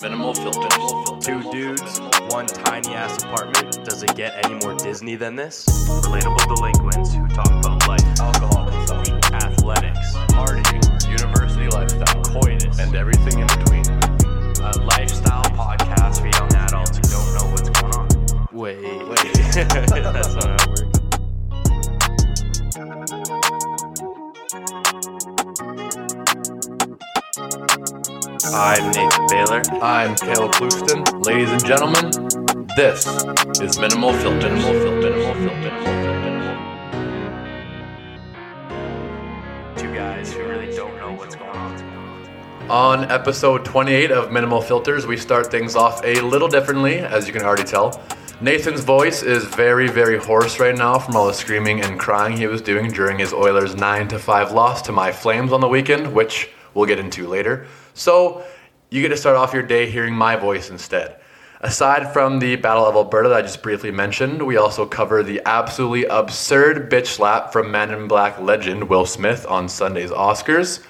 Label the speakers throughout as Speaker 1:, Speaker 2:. Speaker 1: Minimal filters.
Speaker 2: Two dudes, one tiny ass apartment. Does it get any more Disney than this? Relatable delinquents who talk about life, alcohol consumption, athletics, partying, university lifestyle, coitus,
Speaker 1: And everything in between.
Speaker 2: a lifestyle podcast for young adults who don't know what's going on. Wait, wait. That's not how it works. I'm Nathan Baylor.
Speaker 1: I'm Caleb Ploufton. Ladies and gentlemen, this is Minimal Filter. Minimal Filter. Minimal Filter. Minimal
Speaker 2: Two guys who really don't know what's going on.
Speaker 1: Filter. On episode 28 of Minimal Filters, we start things off a little differently, as you can already tell. Nathan's voice is very, very hoarse right now from all the screaming and crying he was doing during his Oilers 9 to 5 loss to my Flames on the weekend, which we'll get into later. So, you get to start off your day hearing my voice instead. Aside from the Battle of Alberta that I just briefly mentioned, we also cover the absolutely absurd bitch slap from Man in Black legend Will Smith on Sunday's Oscars.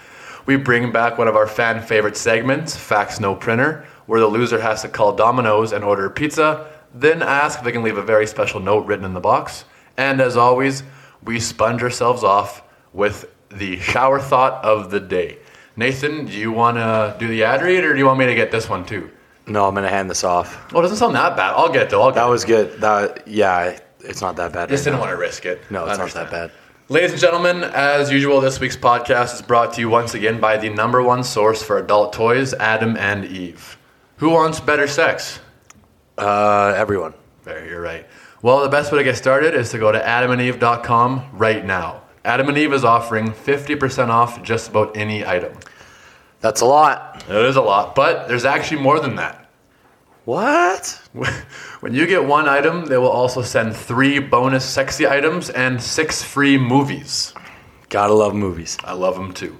Speaker 1: We bring back one of our fan favorite segments, Facts No Printer, where the loser has to call Domino's and order a pizza, then ask if they can leave a very special note written in the box. And as always, we sponge ourselves off with the shower thought of the day. Nathan, do you want to do the ad read or do you want me to get this one too?
Speaker 3: No, I'm gonna hand this off.
Speaker 1: Well, it doesn't sound that bad. I'll get it though. I'll get
Speaker 3: That
Speaker 1: it.
Speaker 3: was good. That yeah, it's not that bad.
Speaker 1: Just
Speaker 3: right
Speaker 1: didn't
Speaker 3: now.
Speaker 1: want to risk it.
Speaker 3: No,
Speaker 1: I
Speaker 3: it's not
Speaker 1: understand.
Speaker 3: that bad.
Speaker 1: Ladies and gentlemen, as usual, this week's podcast is brought to you once again by the number one source for adult toys, Adam and Eve. Who wants better sex?
Speaker 3: Uh, everyone,
Speaker 1: There, you're right. Well, the best way to get started is to go to adamandeve.com right now. Adam and Eve is offering 50% off just about any item.
Speaker 3: that's a lot.
Speaker 1: It is a lot, but there's actually more than that.
Speaker 3: What?
Speaker 1: When you get one item, they will also send three bonus sexy items and six free movies.
Speaker 3: Gotta love movies.
Speaker 1: I love them too.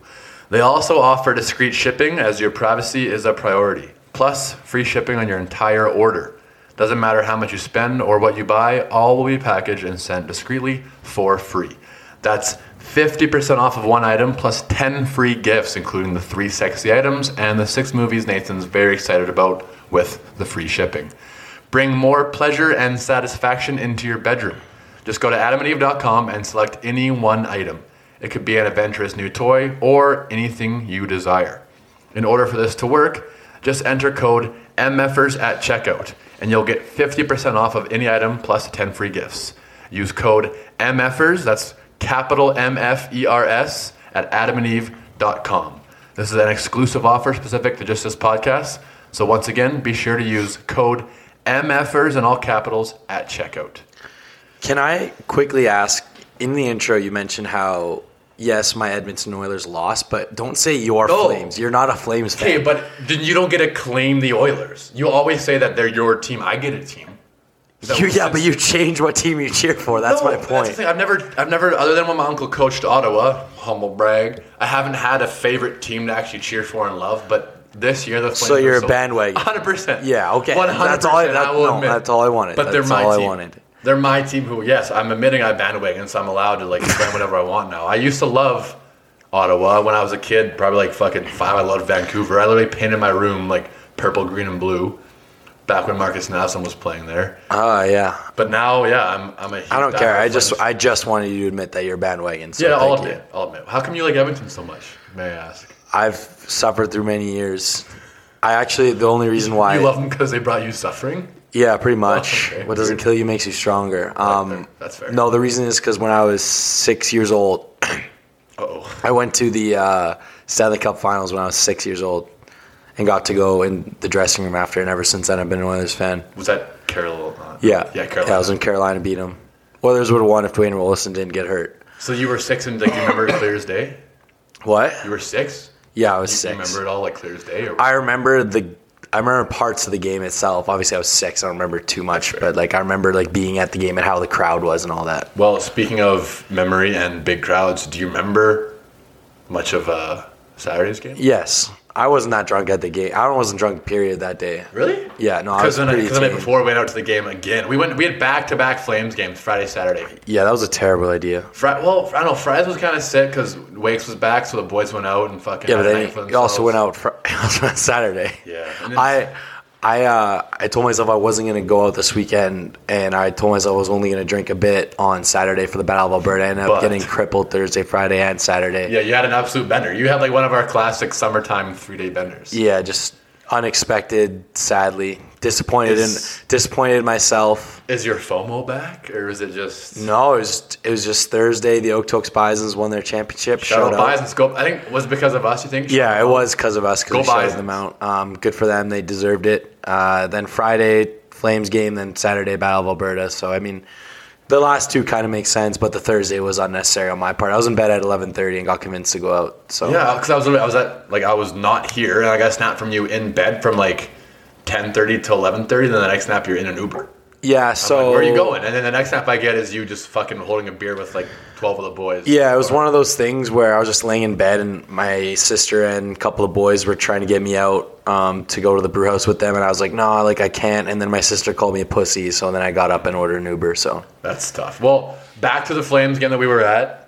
Speaker 1: They also offer discreet shipping as your privacy is a priority, plus free shipping on your entire order. Doesn't matter how much you spend or what you buy, all will be packaged and sent discreetly for free. That's 50% off of one item plus 10 free gifts, including the three sexy items and the six movies Nathan's very excited about with the free shipping. Bring more pleasure and satisfaction into your bedroom. Just go to adamandeve.com and select any one item. It could be an adventurous new toy or anything you desire. In order for this to work, just enter code MFers at checkout and you'll get 50% off of any item plus 10 free gifts. Use code MFers, that's capital M F E R S, at adamandeve.com. This is an exclusive offer specific to just this podcast. So once again, be sure to use code MFers in all capitals at checkout.
Speaker 3: Can I quickly ask? In the intro, you mentioned how yes, my Edmonton Oilers lost, but don't say your
Speaker 1: No.
Speaker 3: Flames. You're not a Flames fan.
Speaker 1: Hey, but then you don't get to claim the Oilers. You always say that they're your team. I get a team. Is that
Speaker 3: You-
Speaker 1: what
Speaker 3: yeah,
Speaker 1: it
Speaker 3: but
Speaker 1: is?
Speaker 3: you change what team you cheer for. That's
Speaker 1: No,
Speaker 3: my
Speaker 1: the
Speaker 3: point.
Speaker 1: thing. I've never, I've never, other than when my uncle coached Ottawa, humble brag. I haven't had a favorite team to actually cheer for and love. But this year, the Flames
Speaker 3: So you're a bandwagon.
Speaker 1: Hundred percent.
Speaker 3: Yeah, okay.
Speaker 1: One hundred
Speaker 3: That's all I-
Speaker 1: percent.
Speaker 3: that-
Speaker 1: I will
Speaker 3: no,
Speaker 1: admit.
Speaker 3: that's all I wanted.
Speaker 1: But they're
Speaker 3: That's
Speaker 1: my
Speaker 3: all I
Speaker 1: team.
Speaker 3: wanted.
Speaker 1: They're my team. Who? Yes, I'm admitting I bandwagon, so I'm allowed to like claim whatever I want now. I used to love Ottawa when I was a kid, probably like fucking five. I loved Vancouver. I literally painted my room like purple, green, and blue. Back when Marcus Nassum was playing there,
Speaker 3: Oh yeah,
Speaker 1: but now, yeah, I'm I'm a.
Speaker 3: I don't
Speaker 1: huge
Speaker 3: care. I
Speaker 1: Flames
Speaker 3: just I just wanted you to admit that you're bandwagon. So
Speaker 1: yeah, I'll
Speaker 3: thank you.
Speaker 1: admit. I'll admit. How come you like Edmonton so much? May I ask?
Speaker 3: I've suffered through many years. I actually the only reason why
Speaker 1: You love them because they brought you suffering.
Speaker 3: Yeah, pretty much.
Speaker 1: okay.
Speaker 3: What doesn't kill you makes you stronger. Um,
Speaker 1: That's fair.
Speaker 3: No, the reason is because when I was six years old,
Speaker 1: Oh,
Speaker 3: I went to the uh, Stanley Cup Finals when I was six years old, and got to go in the dressing room after. And ever since then, I've been an Oilers fan.
Speaker 1: was that Carol? Uh,
Speaker 3: Yeah,
Speaker 1: yeah, Carol.
Speaker 3: Yeah, I was in Carolina, beat them. Oilers would have won if Dwayne Wilson didn't get hurt.
Speaker 1: so you were six and like you remember clear as day.
Speaker 3: What?
Speaker 1: You were six.
Speaker 3: Yeah, I was
Speaker 1: You
Speaker 3: six.
Speaker 1: remember it all like clear as day. Or
Speaker 3: I remember the. I remember parts of the game itself. Obviously, I was six. I don't remember too much, but like I remember like being at the game and how the crowd was and all that.
Speaker 1: well, speaking of memory and big crowds, do you remember much of uh, Saturday's game?
Speaker 3: Yes, I wasn't that drunk at the game. I wasn't drunk. Period. That day.
Speaker 1: Really?
Speaker 3: Yeah. No. I
Speaker 1: Because
Speaker 3: was
Speaker 1: the
Speaker 3: pretty.
Speaker 1: night 'cause the night
Speaker 3: tame.
Speaker 1: before, we went out to the game again. We went. We had back to back Flames games Friday, Saturday.
Speaker 3: Yeah, that was a terrible idea.
Speaker 1: Fri- well, I don't know. Fries was kind of sick because Wakes was back, so the boys went out and fucking.
Speaker 3: Yeah, but
Speaker 1: had a night for
Speaker 3: then you also
Speaker 1: themselves.
Speaker 3: went out for, also on Saturday.
Speaker 1: Yeah. And then-
Speaker 3: I I uh, I told myself I wasn't gonna go out this weekend, and I told myself I was only gonna drink a bit on Saturday for the Battle of Alberta. I ended up
Speaker 1: But-
Speaker 3: getting crippled Thursday, Friday, and Saturday.
Speaker 1: Yeah, you had an absolute bender. You had like one of our classic summertime three day benders.
Speaker 3: Yeah, just unexpected, sadly disappointed
Speaker 1: Is-
Speaker 3: and disappointed in myself.
Speaker 1: Is your FOMO back, or is it just
Speaker 3: No, it was it was just Thursday. The Okotoks Bison's won their championship.
Speaker 1: Shout
Speaker 3: Showed
Speaker 1: out
Speaker 3: up.
Speaker 1: Bison's go. I think was it because of us. You think?
Speaker 3: Yeah, it was because of us
Speaker 1: Go
Speaker 3: because we shouted
Speaker 1: Bisons.
Speaker 3: them out. Um, good for them; they deserved it. Uh, then Friday Flames game, then Saturday Battle of Alberta. So I mean, the last two kind of make sense, but the Thursday was unnecessary on my part. I was in bed at eleven thirty and got convinced to go out. So
Speaker 1: Yeah, because I was I was at like I was not here, and I got a snap from you in bed from like ten thirty to eleven thirty. Then the next snap you're in an Uber.
Speaker 3: yeah.
Speaker 1: So
Speaker 3: So
Speaker 1: where are you going? And then the next snap I get is you just fucking holding a beer with like twelve of the boys.
Speaker 3: Yeah, it was one of those things where I was just laying in bed, and my sister and a couple of boys were trying to get me out um, to go to the brew house with them, and I was like, "No, like I can't." And then my sister called me a pussy, so then I got up and ordered an Uber. So
Speaker 1: That's tough. Well, back to the Flames game that we were at.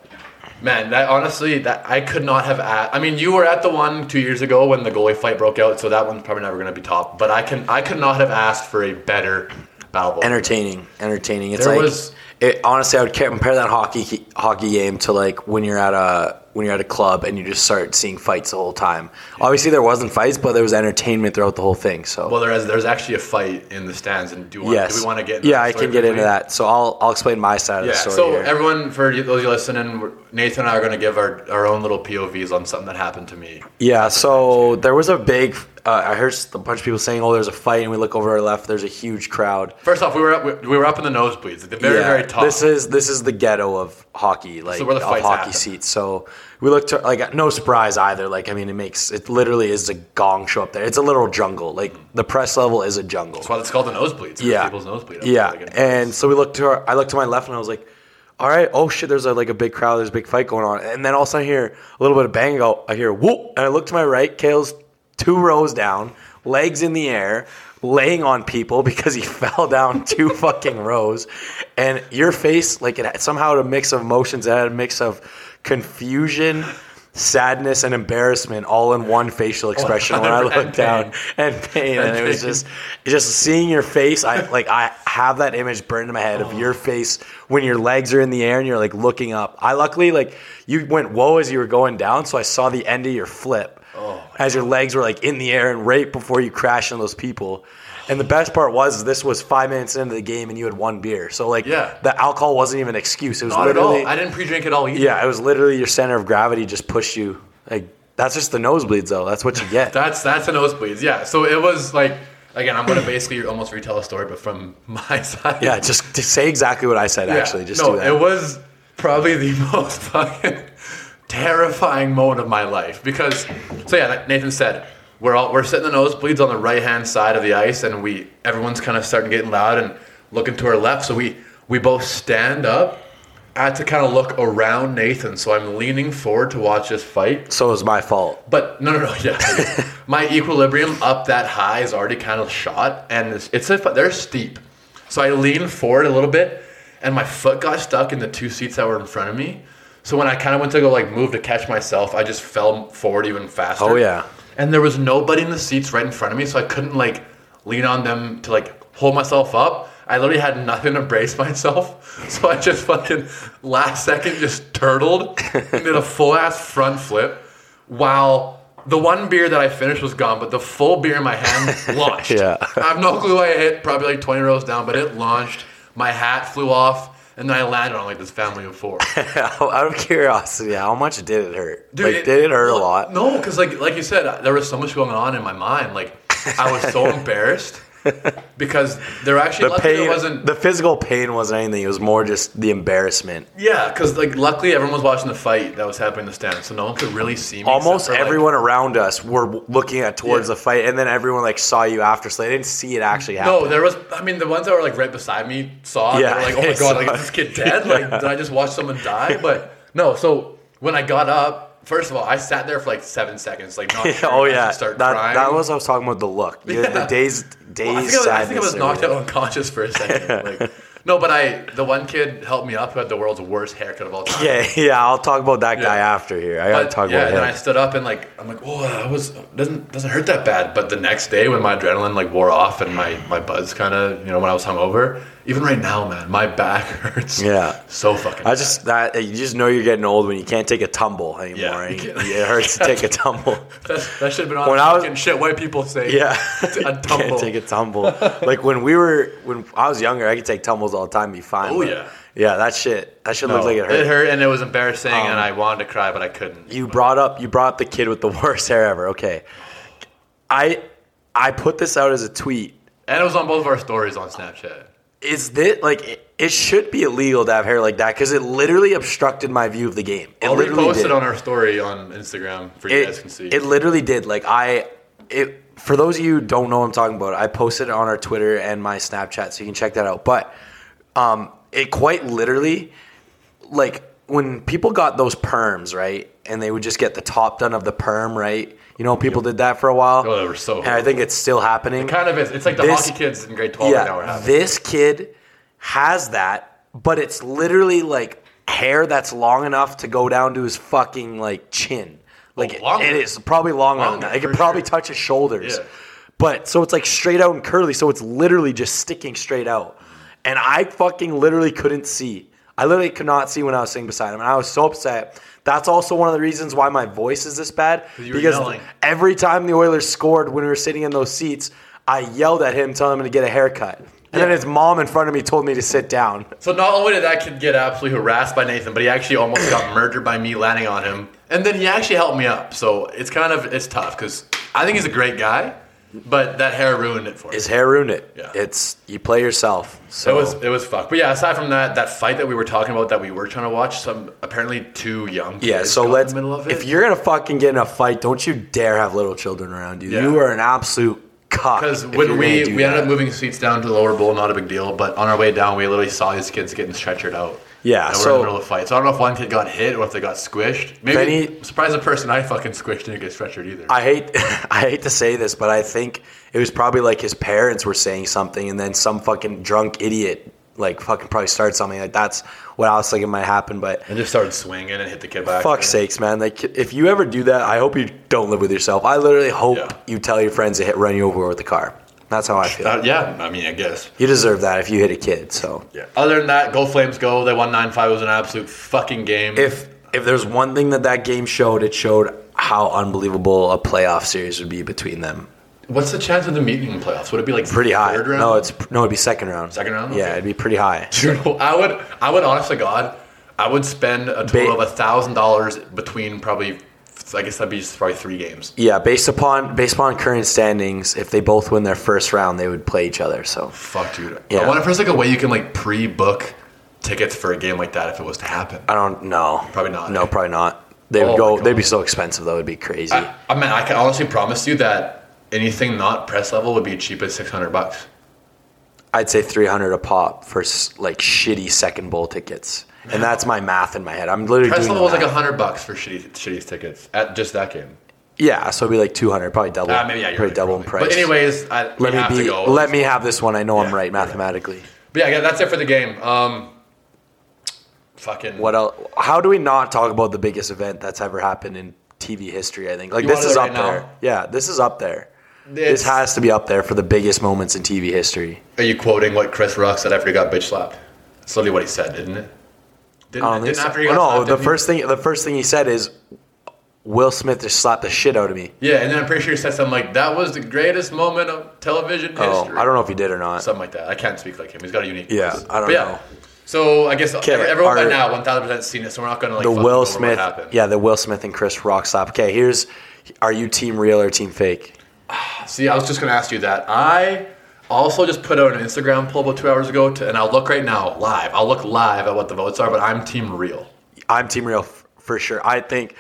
Speaker 1: Man, that honestly, that I could not have. At, I mean, you were at the one two years ago when the goalie fight broke out, so that one's probably never going to be top. But I can, I could not have asked for a better battle. Ball.
Speaker 3: entertaining, entertaining. It's
Speaker 1: There
Speaker 3: like
Speaker 1: was-
Speaker 3: it, honestly, I would ca- compare that hockey hockey game to like when you're at a when you're at a club and you just start seeing fights the whole time. Obviously, there wasn't fights, but there was entertainment throughout the whole thing. So
Speaker 1: Well, there is, there's actually a fight in the stands, and do, you want,
Speaker 3: yes,
Speaker 1: do we want to get? into
Speaker 3: yeah,
Speaker 1: that
Speaker 3: I
Speaker 1: story
Speaker 3: can get into
Speaker 1: quickly?
Speaker 3: that. So I'll I'll explain my side of
Speaker 1: Yeah.
Speaker 3: the story.
Speaker 1: So
Speaker 3: here.
Speaker 1: everyone, for you- those you listening, we're- Nathan and I are going to give our, our own little POVs on something that happened to me.
Speaker 3: Yeah, so there was a big. Uh, I heard a bunch of people saying, "Oh, there's a fight," and we look over our left. There's a huge crowd.
Speaker 1: First off, we were up, we, we were up in the nosebleeds, at the very
Speaker 3: Yeah,
Speaker 1: very top.
Speaker 3: This is this is the ghetto of hockey, like
Speaker 1: where the
Speaker 3: of
Speaker 1: fights
Speaker 3: hockey
Speaker 1: happen.
Speaker 3: seats. So we looked to, like no surprise either. Like I mean, it makes it literally is a gong show up there. It's a little jungle. Like the press level is a jungle.
Speaker 1: That's why it's called the nosebleeds. 'cause
Speaker 3: Yeah.
Speaker 1: People's nosebleed. up there,
Speaker 3: Yeah,
Speaker 1: they can-
Speaker 3: and so we looked to our. I looked to my left and I was like, "All right, oh shit, there's a, like a big crowd. There's a big fight going on." And then all of a sudden, I hear a little bit of bang. I go, I hear whoop, and I look to my right. Kale's two rows down, legs in the air, laying on people because he fell down two fucking rows. And your face, like it had- somehow had a mix of emotions. It had a mix of confusion. Sadness and embarrassment all in one facial expression when I
Speaker 1: And
Speaker 3: looked down
Speaker 1: pain.
Speaker 3: and pain, and it was
Speaker 1: pain.
Speaker 3: just just seeing your face. I like I have that image burned in my head
Speaker 1: Oh.
Speaker 3: of your face when your legs are in the air and you're like looking up. I luckily like you went whoa as you were going down, so I saw the end of your flip
Speaker 1: Oh,
Speaker 3: as your legs were like in the air and right before you crashed into those people. And the best part was this was five minutes into the game and you had one beer, so like
Speaker 1: Yeah.
Speaker 3: the alcohol wasn't even an excuse. It was
Speaker 1: Not at
Speaker 3: literally
Speaker 1: all. I didn't pre-drink at all either.
Speaker 3: yeah, it was literally your center of gravity just pushed you like. That's just the nosebleeds, though. That's what you get.
Speaker 1: That's that's a nosebleeds. Yeah. So it was like again, I'm gonna basically almost retell a story, but from my side.
Speaker 3: Yeah, just to say exactly what I said.
Speaker 1: Yeah.
Speaker 3: Actually, just
Speaker 1: no,
Speaker 3: do that.
Speaker 1: it was probably the most fucking terrifying moment of my life because so yeah, like Nathan said. We're all we're sitting in the nosebleeds on the right hand side of the ice, and we everyone's kind of starting getting loud and looking to our left. So we we both stand up. I had to kind of look around Nathan, so I'm leaning forward to watch this fight.
Speaker 3: so it was my fault.
Speaker 1: But no, no, no. Yeah, okay. my equilibrium up that high is already kind of shot, and it's, it's a, they're steep. So I leaned forward a little bit, and my foot got stuck in the two seats that were in front of me. So when I kind of went to go like move to catch myself, I just fell forward even faster.
Speaker 3: Oh, yeah.
Speaker 1: And there was nobody in the seats right in front of me, so I couldn't like lean on them to like hold myself up. I literally had nothing to brace myself, so I just fucking last second just turtled and did a full ass front flip. While the one beer that I finished was gone, but the full beer in my hand launched.
Speaker 3: Yeah.
Speaker 1: I have no clue why I hit, probably like 20 rows down, but it launched. My hat flew off, and then I landed on like this family of four.
Speaker 3: Out of curiosity, how much did it hurt? like,
Speaker 1: it-
Speaker 3: did it hurt a
Speaker 1: well,
Speaker 3: lot?
Speaker 1: No, because like like you said, uh, there was so much going on in my mind. Like I was so embarrassed because there actually
Speaker 3: The
Speaker 1: luckily
Speaker 3: pain
Speaker 1: it wasn't.
Speaker 3: The physical pain wasn't anything. It was more just the embarrassment.
Speaker 1: yeah, because like luckily everyone was watching the fight that was happening in the stands, so no one could really see me. except
Speaker 3: Almost
Speaker 1: for, like-
Speaker 3: everyone around us were looking at towards
Speaker 1: Yeah.
Speaker 3: the fight, and then everyone like saw you after, so they didn't see it actually happen.
Speaker 1: no, there was. I mean, the ones that were like right beside me saw. Yeah, they
Speaker 3: Yeah,
Speaker 1: were like, "Oh my
Speaker 3: they
Speaker 1: god, like
Speaker 3: saw
Speaker 1: is this
Speaker 3: it.
Speaker 1: kid dead? Like, did I just watch someone die?" But no. So when I got up, First of all, I sat there for like seven seconds, like not sure
Speaker 3: oh
Speaker 1: if I should
Speaker 3: yeah,
Speaker 1: start
Speaker 3: that,
Speaker 1: crying.
Speaker 3: that was what I was talking about the look, yeah.
Speaker 1: Yeah.
Speaker 3: the days days.
Speaker 1: I think, I was, I think I
Speaker 3: sadness
Speaker 1: was
Speaker 3: or
Speaker 1: knocked out
Speaker 3: whatever.
Speaker 1: unconscious for a second. Like, no, but I the one kid helped me up who had the world's worst haircut of all time.
Speaker 3: Yeah, yeah, I'll talk about that guy
Speaker 1: Yeah.
Speaker 3: after here. I gotta
Speaker 1: But,
Speaker 3: talk
Speaker 1: yeah, and then I
Speaker 3: about him.
Speaker 1: stood up and like I'm like, whoa, that was doesn't doesn't hurt that bad. But the next day when my adrenaline like wore off and my my buzz kind of you know when I was hungover, even right now, man, my back hurts.
Speaker 3: Yeah.
Speaker 1: so fucking.
Speaker 3: I just that you just know you're getting old when you can't take a tumble anymore.
Speaker 1: Yeah.
Speaker 3: eh? it hurts to take a tumble.
Speaker 1: bad. That's- that should have been on
Speaker 3: When
Speaker 1: the
Speaker 3: I was-
Speaker 1: fucking shit white people say.
Speaker 3: Yeah,
Speaker 1: a
Speaker 3: You
Speaker 1: tumble.
Speaker 3: Can't take a tumble. like when we were when I was younger, I could take tumbles all the time, and be fine.
Speaker 1: Oh,
Speaker 3: but-
Speaker 1: yeah.
Speaker 3: yeah. That shit. That shit looked like it hurt. Um,
Speaker 1: It hurt and it was embarrassing and I wanted to cry but I couldn't.
Speaker 3: You brought up you brought up the kid with the worst hair ever. Okay, I I put this out as a tweet.
Speaker 1: and it was on both of our stories on Snapchat.
Speaker 3: Is that like it, it should be illegal to have hair like that because it literally obstructed my view of the game. It
Speaker 1: I'll
Speaker 3: literally
Speaker 1: repost
Speaker 3: did.
Speaker 1: it on our story on Instagram for you
Speaker 3: it,
Speaker 1: guys can see.
Speaker 3: It literally did. Like I, it for those of you who don't know what I'm talking about, I posted it on our Twitter and my Snapchat, so you can check that out. But um, it quite literally, like when people got those perms right, and they would just get the top done of the perm right. You know, people did that for a while.
Speaker 1: Oh, they were so
Speaker 3: And I think it's still happening.
Speaker 1: kind of is. It's like the
Speaker 3: This-
Speaker 1: hockey kids in grade 12 right now are having.
Speaker 3: This kid has that, but it's literally like hair that's long enough to go down to his fucking like chin. Like it-
Speaker 1: Oh, longer.
Speaker 3: it is probably longer,
Speaker 1: Longer,
Speaker 3: than that. It could
Speaker 1: for
Speaker 3: probably
Speaker 1: sure.
Speaker 3: touch his shoulders.
Speaker 1: Yeah.
Speaker 3: But so it's like straight out and curly, so it's literally just sticking straight out. And I fucking literally couldn't see. I literally could not see when I was sitting beside him, and I was so upset. That's also one of the reasons why my voice is this bad
Speaker 1: you were yelling.
Speaker 3: every time the Oilers scored when we were sitting in those seats, I yelled at him, telling him to get a haircut. And then his mom in front of me told me to sit down.
Speaker 1: So not only did that kid get absolutely harassed by Nathan, but he actually almost got murdered by me landing on him. And then he actually helped me up. So it's kind of it's tough because I think he's a great guy, but that hair ruined it for me.
Speaker 3: His hair ruined it.
Speaker 1: Yeah.
Speaker 3: It's you play yourself.
Speaker 1: It
Speaker 3: So
Speaker 1: was it was fucked. But yeah, aside from that, that fight that we were talking about that we were trying to watch, some apparently two young kids
Speaker 3: yeah. So
Speaker 1: got
Speaker 3: let's.
Speaker 1: in the middle of it.
Speaker 3: If you're gonna fucking get in a fight, don't you dare have little children around you.
Speaker 1: Yeah.
Speaker 3: You are an absolute cock.
Speaker 1: because
Speaker 3: if
Speaker 1: when
Speaker 3: you're
Speaker 1: we
Speaker 3: gonna do
Speaker 1: we ended
Speaker 3: that.
Speaker 1: up moving seats down to the lower bowl, not a big deal. But on our way down, we literally saw these kids getting stretchered out.
Speaker 3: Yeah,
Speaker 1: and we're
Speaker 3: so-
Speaker 1: in the middle of a fight. So I don't know if one kid got hit or if they got squished. Maybe
Speaker 3: Benny-
Speaker 1: I'm surprised the person I fucking squished didn't get stretchered either.
Speaker 3: I hate I hate to say this, but I think it was probably like his parents were saying something, and then some fucking drunk idiot like fucking probably started something like that's what I was thinking might happen. But
Speaker 1: and just started swinging and hit the kid back.
Speaker 3: fuck's sakes, man! Like if you ever do that, I hope you don't live with yourself. I literally hope
Speaker 1: Yeah.
Speaker 3: you tell your friends to hit run you over with the car. That's how I feel.
Speaker 1: Uh, yeah, I mean, I guess.
Speaker 3: you deserve that if you hit a kid. So
Speaker 1: Yeah. Other than that, go Flames, go! They won nine five. Was an absolute fucking game.
Speaker 3: if if there's one thing that that game showed, it showed how unbelievable a playoff series would be between them.
Speaker 1: What's the chance of them meeting in the playoffs? Would it be like
Speaker 3: Pretty high.
Speaker 1: Third round?
Speaker 3: No, it's no, it'd be second round.
Speaker 1: Second round?
Speaker 3: Yeah,
Speaker 1: Okay.
Speaker 3: it'd be pretty high.
Speaker 1: Dude, I would, I would, honest to God, I would spend a total
Speaker 3: Ba-
Speaker 1: of a thousand dollars between probably, I guess that'd be probably three games.
Speaker 3: Yeah, based upon based upon current standings, if they both win their first round, they would play each other. So
Speaker 1: Fuck, dude. I
Speaker 3: Yeah.
Speaker 1: wonder if there's like a way you can like pre-book tickets for a game like that if it was to happen.
Speaker 3: I don't know.
Speaker 1: Probably not.
Speaker 3: No, probably not. They would
Speaker 1: Oh
Speaker 3: go.
Speaker 1: my
Speaker 3: They'd
Speaker 1: God.
Speaker 3: be so expensive. That would be crazy.
Speaker 1: I, I mean, I can honestly promise you that anything not press level would be cheap at six hundred bucks.
Speaker 3: I'd say three hundred a pop for s- like shitty second bowl tickets, and that's my math in my head. I'm literally
Speaker 1: Press
Speaker 3: doing
Speaker 1: level was like
Speaker 3: the math.
Speaker 1: hundred bucks for shitty, shitty tickets at just that game.
Speaker 3: yeah, so it'd be like two hundred, probably double.
Speaker 1: Uh, maybe yeah, you're
Speaker 3: probably
Speaker 1: right,
Speaker 3: double in
Speaker 1: probably.
Speaker 3: price.
Speaker 1: But anyways, I, we
Speaker 3: let
Speaker 1: have
Speaker 3: me
Speaker 1: to
Speaker 3: be.
Speaker 1: go.
Speaker 3: Let me have this one. I know
Speaker 1: Yeah,
Speaker 3: I'm right
Speaker 1: we're right.
Speaker 3: mathematically.
Speaker 1: But yeah, yeah, that's it for the game. Um, fucking
Speaker 3: What else? How do we not talk about the biggest event that's ever happened in TV history? I think like
Speaker 1: You
Speaker 3: this
Speaker 1: want it
Speaker 3: is
Speaker 1: right
Speaker 3: up
Speaker 1: now?
Speaker 3: there. Yeah, this is up there.
Speaker 1: It's-
Speaker 3: this has to be up there for the biggest moments in TV history.
Speaker 1: Are you quoting what Chris Rock said after he got bitch slapped? That's literally what he said, didn't it? Didn't,
Speaker 3: I don't think
Speaker 1: didn't
Speaker 3: so.
Speaker 1: after he
Speaker 3: Oh,
Speaker 1: got
Speaker 3: no,
Speaker 1: slapped,
Speaker 3: the
Speaker 1: didn't he-
Speaker 3: first thing the first thing he said is, "Will Smith just slapped the shit out of me."
Speaker 1: Yeah, and then I'm pretty sure he said something like, "That was the greatest moment of television
Speaker 3: Oh,
Speaker 1: history."
Speaker 3: I don't know if he did or not.
Speaker 1: Something like that. I can't speak like him. He's got a unique.
Speaker 3: Yeah,
Speaker 1: voice.
Speaker 3: I don't
Speaker 1: But
Speaker 3: know.
Speaker 1: So I guess
Speaker 3: Okay,
Speaker 1: everyone by
Speaker 3: our-
Speaker 1: now 1,000 percent seen it, so we're not gonna like
Speaker 3: the
Speaker 1: fucking go
Speaker 3: Will
Speaker 1: over
Speaker 3: Smith,
Speaker 1: What happened.
Speaker 3: yeah, the Will Smith and Chris Rock slap. Okay, here's, are you team real or team fake?
Speaker 1: See, I was just gonna ask you that. I also just put out an Instagram poll about two hours ago, to, and I'll look right now live. I'll look live at what the votes are, but I'm team real.
Speaker 3: I'm team real f- for sure. I think,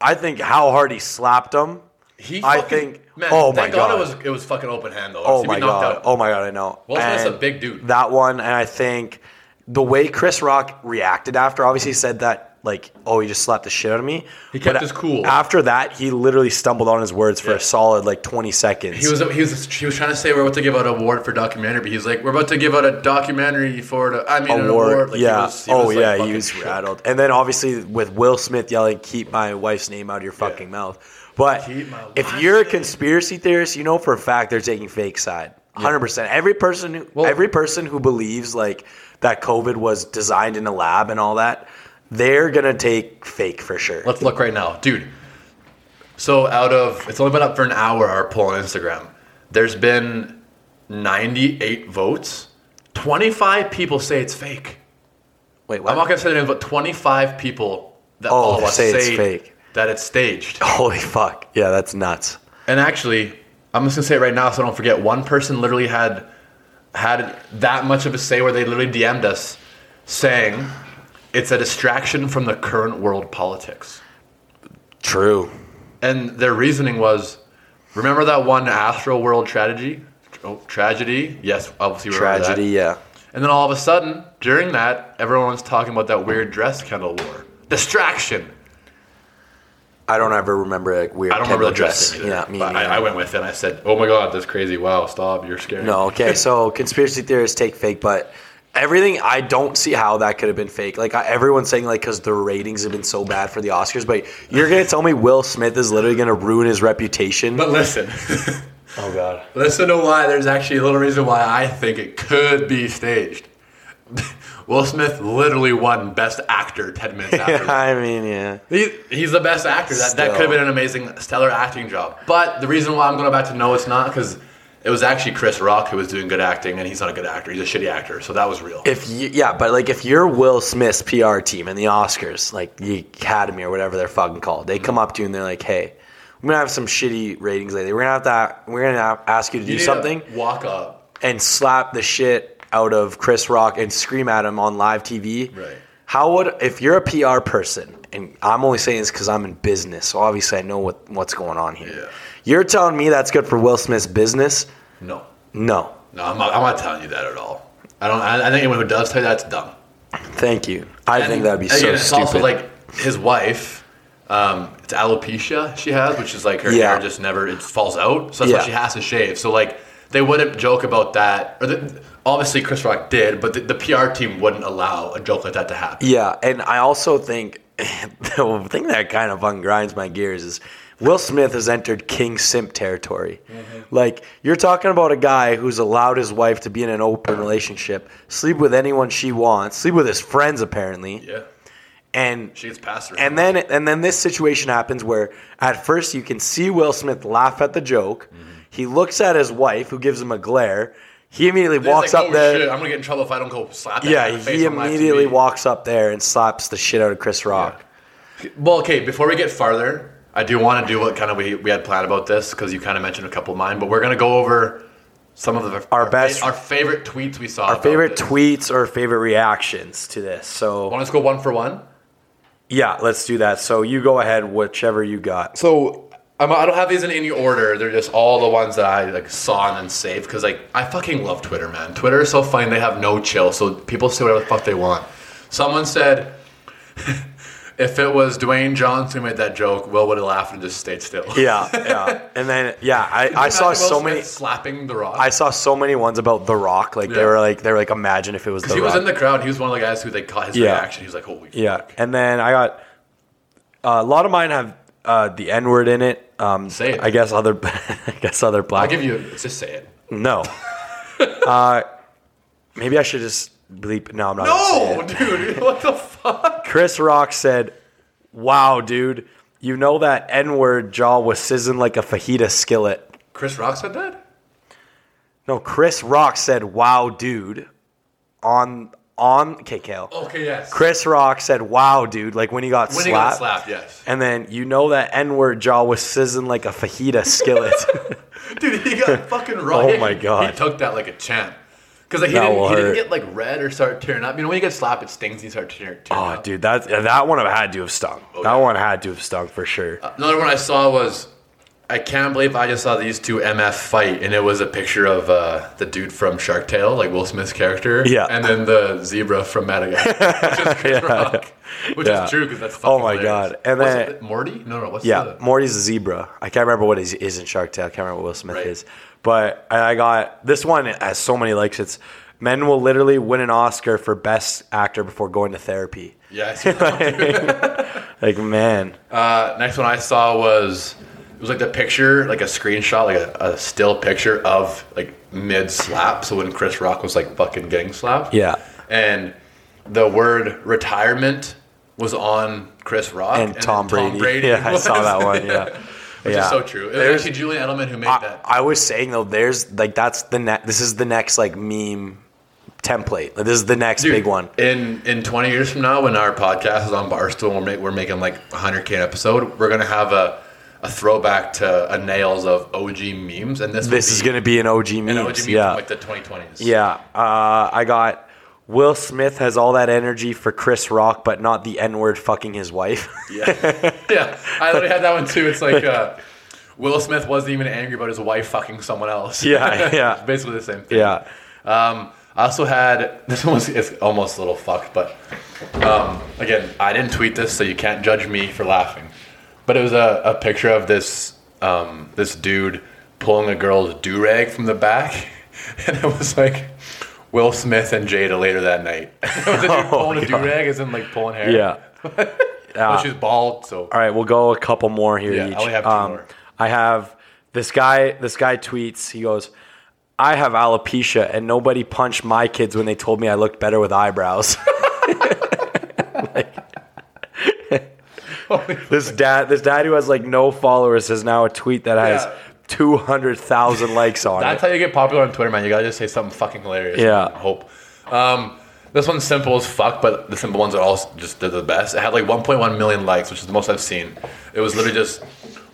Speaker 3: I think how hard he slapped him.
Speaker 1: He
Speaker 3: I
Speaker 1: fucking-
Speaker 3: think-
Speaker 1: Man,
Speaker 3: oh
Speaker 1: thank
Speaker 3: my
Speaker 1: God,
Speaker 3: God.
Speaker 1: it was it was fucking open hand though.
Speaker 3: Oh
Speaker 1: He'd be
Speaker 3: my
Speaker 1: knocked
Speaker 3: god!
Speaker 1: out.
Speaker 3: Oh my god! I know.
Speaker 1: Will Smith's a
Speaker 3: And
Speaker 1: big dude.
Speaker 3: That one, and I think the way Chris Rock reacted after, obviously, he said that like, oh, he just slapped the shit out of me.
Speaker 1: He kept
Speaker 3: But
Speaker 1: his cool.
Speaker 3: After that, he literally stumbled on his words for
Speaker 1: Yeah.
Speaker 3: a solid like 20 seconds.
Speaker 1: He was he was he was trying to say we're about to give out an award for documentary, but he's like we're about to give out a documentary for the, I mean an award. Like, he
Speaker 3: yeah.
Speaker 1: was- he
Speaker 3: oh
Speaker 1: was, like,
Speaker 3: yeah, he
Speaker 1: fucking
Speaker 3: was
Speaker 1: shook.
Speaker 3: rattled. And then obviously with Will Smith yelling, "Keep my wife's name out of your fucking mouth." But
Speaker 1: Keep my
Speaker 3: if
Speaker 1: wife's
Speaker 3: you're a conspiracy theorist, you know for a fact they're taking fake side. Hundred percent. Every person, who,
Speaker 1: Well-
Speaker 3: every person who believes like that COVID was designed in a lab and all that, they're gonna take fake for sure.
Speaker 1: Let's look right now, dude. So out of it's only been up for an hour. Our poll on Instagram. There's been 98 votes. 25 people say it's fake.
Speaker 3: Wait,
Speaker 1: I'm
Speaker 3: what?
Speaker 1: not gonna say the names, but 25 people that
Speaker 3: Oh,
Speaker 1: follow us
Speaker 3: say it's fake.
Speaker 1: That it's staged.
Speaker 3: Holy fuck! Yeah, that's nuts.
Speaker 1: And actually, I'm just gonna say it right now so I don't forget. One person literally had had that much of a say where they literally DM'd us saying it's a distraction from the current world politics.
Speaker 3: True.
Speaker 1: And their reasoning was, remember that one Astro World tragedy? Oh, tragedy? Yes, obviously we remember
Speaker 3: Tragedy.
Speaker 1: That.
Speaker 3: Yeah.
Speaker 1: And then all of a sudden, during that, everyone was talking about that weird dress Kendall wore. Distraction.
Speaker 3: I don't ever remember like weird.
Speaker 1: I don't remember
Speaker 3: Kendall
Speaker 1: the dressing either.
Speaker 3: Yeah, me
Speaker 1: but
Speaker 3: neither.
Speaker 1: I, I went with it. and I said, "Oh my god, that's crazy! Wow, stop! You're scaring."
Speaker 3: No,
Speaker 1: me."
Speaker 3: okay. So conspiracy theorists take fake, but everything I don't see how that could have been fake. Like I, everyone's saying, like because the ratings have been so bad for the Oscars, but you're gonna tell me Will Smith is literally gonna ruin his reputation?
Speaker 1: But listen,
Speaker 3: oh god,
Speaker 1: listen to why there's actually a little reason why I think it could be staged. Will Smith literally won Best Actor ten minutes after.
Speaker 3: I mean, yeah,
Speaker 1: He, he's the best actor. That, that
Speaker 3: Still.
Speaker 1: could have been an amazing, stellar acting job. But the reason why I'm going back to no, it's not because it was actually Chris Rock who was doing good acting, and he's not a good actor. He's a shitty actor, so that was real.
Speaker 3: if you, yeah, but like if you're Will Smith's PR team and the Oscars, like the Academy or whatever they're fucking called, they come up to you and they're like, hey. We're gonna have some shitty ratings lately. We're gonna have to. We're gonna have- ask you to do
Speaker 1: You need to
Speaker 3: something.
Speaker 1: Walk up.
Speaker 3: and slap the shit out of Chris Rock and scream at him on live TV.
Speaker 1: Right.
Speaker 3: How would if you're a PR person, and I'm only saying this because I'm in business, so obviously I know what what's going on here.
Speaker 1: Yeah.
Speaker 3: You're telling me that's good for Will Smith's business?
Speaker 1: No,
Speaker 3: No,
Speaker 1: no, I'm not, I'm not telling you that at all. I don't. I, I think anyone who does tell you that's dumb.
Speaker 3: thank you. I think that'd be
Speaker 1: And
Speaker 3: so
Speaker 1: again, it's
Speaker 3: stupid.
Speaker 1: also like his wife. Um, it's alopecia she has, which is like her
Speaker 3: Yeah.
Speaker 1: hair just never it falls out, so that's why
Speaker 3: Yeah.
Speaker 1: she has to shave. So like they wouldn't joke about that, or the, obviously Chris Rock did, but the, the PR team wouldn't allow a joke like that to happen.
Speaker 3: Yeah, and I also think the thing that kind of ungrinds my gears is Will Smith has entered King Simp territory.
Speaker 1: Mm-hmm.
Speaker 3: Like you're talking about a guy who's allowed his wife to be in an open relationship, sleep with anyone she wants, sleep with his friends apparently,
Speaker 1: Yeah,
Speaker 3: and
Speaker 1: she gets past her.
Speaker 3: and then and then this situation happens where at first you can see Will Smith laugh at the joke.
Speaker 1: Mm-hmm.
Speaker 3: He looks at his wife who gives him a glare. He immediately
Speaker 1: He's
Speaker 3: walks
Speaker 1: like,
Speaker 3: up
Speaker 1: "Oh,
Speaker 3: there.
Speaker 1: shit, I'm gonna get in trouble if I don't go slap. That guy
Speaker 3: Yeah,
Speaker 1: in the face
Speaker 3: he
Speaker 1: on live
Speaker 3: immediately
Speaker 1: TV."
Speaker 3: walks up there and slaps the shit out of Chris Rock.
Speaker 1: Well, okay, before we get farther, I do want to do what kind of we, we had planned about this because you kind of mentioned a couple of mine, but we're going to go over some of the,
Speaker 3: Our
Speaker 1: fa-
Speaker 3: best-
Speaker 1: our favorite tweets we saw.
Speaker 3: Our favorite tweets or favorite reactions to this. So
Speaker 1: Want us to go one for one?
Speaker 3: yeah, let's do that. So you go ahead, whichever you got.
Speaker 1: So I'm, I don't have these in any order. They're just all the ones that I like saw and then saved because like I fucking love Twitter, man. Twitter is so funny. They have no chill, so people say whatever the fuck they want. Someone said. If it was Dwayne Johnson who made that joke, Will would have laughed and just stayed still.
Speaker 3: Yeah, yeah, and then yeah, I, I saw
Speaker 1: Imagine Will
Speaker 3: so
Speaker 1: Smith
Speaker 3: many.
Speaker 1: slapping the rock.
Speaker 3: I saw so many ones about The Rock. Like they
Speaker 1: Yeah.
Speaker 3: were like they were like imagine if it was The
Speaker 1: he
Speaker 3: Rock.
Speaker 1: was in the crowd. He was one of the guys who they caught his
Speaker 3: Yeah.
Speaker 1: reaction. He was like, "Holy
Speaker 3: yeah,
Speaker 1: fuck.
Speaker 3: and then I got a lot of mine have uh, the N word in it. Um,
Speaker 1: Say it.
Speaker 3: I guess other I guess other black.
Speaker 1: I'll give you. Just say it.
Speaker 3: No. uh, maybe I should just bleep. No, I'm not. gonna say
Speaker 1: No,
Speaker 3: it.
Speaker 1: dude, what the fuck?
Speaker 3: Chris Rock said, "Wow, dude, you know that N-word jaw was sizzling like a fajita skillet."
Speaker 1: Chris Rock said that.
Speaker 3: No, Chris Rock said, "Wow, dude," on on KKL.
Speaker 1: Okay, yes.
Speaker 3: Chris Rock said, "Wow, dude," like when he got
Speaker 1: when
Speaker 3: slapped.
Speaker 1: he got slapped, yes.
Speaker 3: And then you know that N-word jaw was sizzling like a fajita skillet.
Speaker 1: Dude, he got fucking right.
Speaker 3: Oh my God.
Speaker 1: he took that like a champ. Because like, he,
Speaker 3: That
Speaker 1: didn't,
Speaker 3: will
Speaker 1: he didn't
Speaker 3: hurt.
Speaker 1: get like red or start tearing up. You know, when you get slapped, it stings. And you start tearing, tearing
Speaker 3: oh,
Speaker 1: up.
Speaker 3: dude, that that one had to have stung. that
Speaker 1: Oh, yeah.
Speaker 3: one had to have stung for sure.
Speaker 1: Another one I saw was I can't believe I just saw these two MF fight, and it was a picture of uh, the dude from Shark Tale, like Will Smith's character,
Speaker 3: Yeah.
Speaker 1: and then the zebra from Madagascar, which is Chris Rock, which
Speaker 3: Yeah.
Speaker 1: is true because that's fucking
Speaker 3: Oh my
Speaker 1: hilarious.
Speaker 3: God. And
Speaker 1: What's
Speaker 3: then-
Speaker 1: it, Morty? No, no, what's
Speaker 3: Yeah,
Speaker 1: the
Speaker 3: Morty's a zebra. I can't remember what he is in Shark Tale. I can't remember what Will Smith
Speaker 1: Right.
Speaker 3: is. But and I got this one has so many likes. It's men will literally win an Oscar for best actor before going to therapy.
Speaker 1: yeah. I see that.
Speaker 3: Like man,
Speaker 1: Uh, next one I saw was it was like the picture, like a screenshot, like a, a still picture of like mid slap. So when Chris Rock was like fucking getting slapped,
Speaker 3: Yeah.
Speaker 1: and the word retirement was on Chris Rock
Speaker 3: and,
Speaker 1: then
Speaker 3: Tom, Brady. Yeah, I saw
Speaker 1: was-
Speaker 3: that one. Yeah,
Speaker 1: which
Speaker 3: yeah.
Speaker 1: is so true. It was
Speaker 3: There's-
Speaker 1: actually Julian Edelman who made
Speaker 3: I,
Speaker 1: that.
Speaker 3: I was saying though, there's like that's the ne- This is the next like meme template. Like, this is the next
Speaker 1: Dude,
Speaker 3: big one.
Speaker 1: In in 20 years from now, when our podcast is on Barstool, and we're, make, we're making like 100k an episode. We're gonna have a a throwback to a nails of OG memes, and this will
Speaker 3: This is
Speaker 1: be-
Speaker 3: gonna be an OG meme.
Speaker 1: And OG memes
Speaker 3: yeah.
Speaker 1: from like the 2020s.
Speaker 3: Yeah, uh, I got Will Smith has all that energy for Chris Rock, but not the N word fucking his wife.
Speaker 1: Yeah. yeah. I literally had that one too. It's like uh, Will Smith wasn't even angry about his wife fucking someone else.
Speaker 3: Yeah, yeah.
Speaker 1: It's Basically the same thing.
Speaker 3: yeah,
Speaker 1: Um, I also had this one was it's almost a little fucked, but um, again, I didn't tweet this, so you can't judge me for laughing. But it was a, a picture of this um, this dude pulling a girl's do rag from the back, and it was like Will Smith and Jada later that night. it was a dude pulling a do rag, as in like pulling hair.
Speaker 3: yeah.
Speaker 1: But she's bald, so
Speaker 3: All right, we'll go a couple more here
Speaker 1: Yeah, I
Speaker 3: each. Um,
Speaker 1: only have two more.
Speaker 3: I have this guy. This guy tweets. He goes, "I have alopecia, and nobody punched my kids when they told me I looked better with eyebrows." this dad, this dad who has like no followers, has now a tweet that has
Speaker 1: Yeah.
Speaker 3: two hundred thousand likes on it.
Speaker 1: That's how you get popular on Twitter, man. You gotta just say something fucking hilarious.
Speaker 3: Yeah.
Speaker 1: I hope. Um, this one's simple as fuck, but the simple ones are all s- just they're the best. It had like 1.1 million likes, which is the most I've seen. It was literally just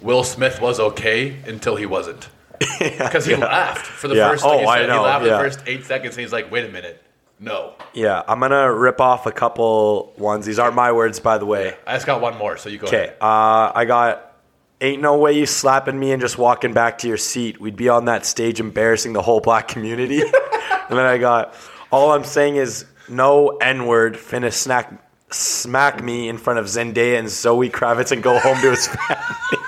Speaker 1: Will Smith was okay until he wasn't. Because he laughed for the
Speaker 3: Yeah.
Speaker 1: first. Like
Speaker 3: Oh,
Speaker 1: you
Speaker 3: I
Speaker 1: said,
Speaker 3: know,
Speaker 1: He laughed
Speaker 3: yeah.
Speaker 1: the first eight seconds, and he's like, "Wait a minute, no."
Speaker 3: Yeah, I'm gonna rip off a couple ones. These aren't my words, by the way.
Speaker 1: I just got one more, so you go.
Speaker 3: Okay,
Speaker 1: ahead.
Speaker 3: uh, I got. Ain't no way you slapping me and just walking back to your seat. We'd be on that stage embarrassing the whole black community. and then I got. All I'm saying is no N word. Finna snack, smack me in front of Zendaya and Zoe Kravitz and go home to his family.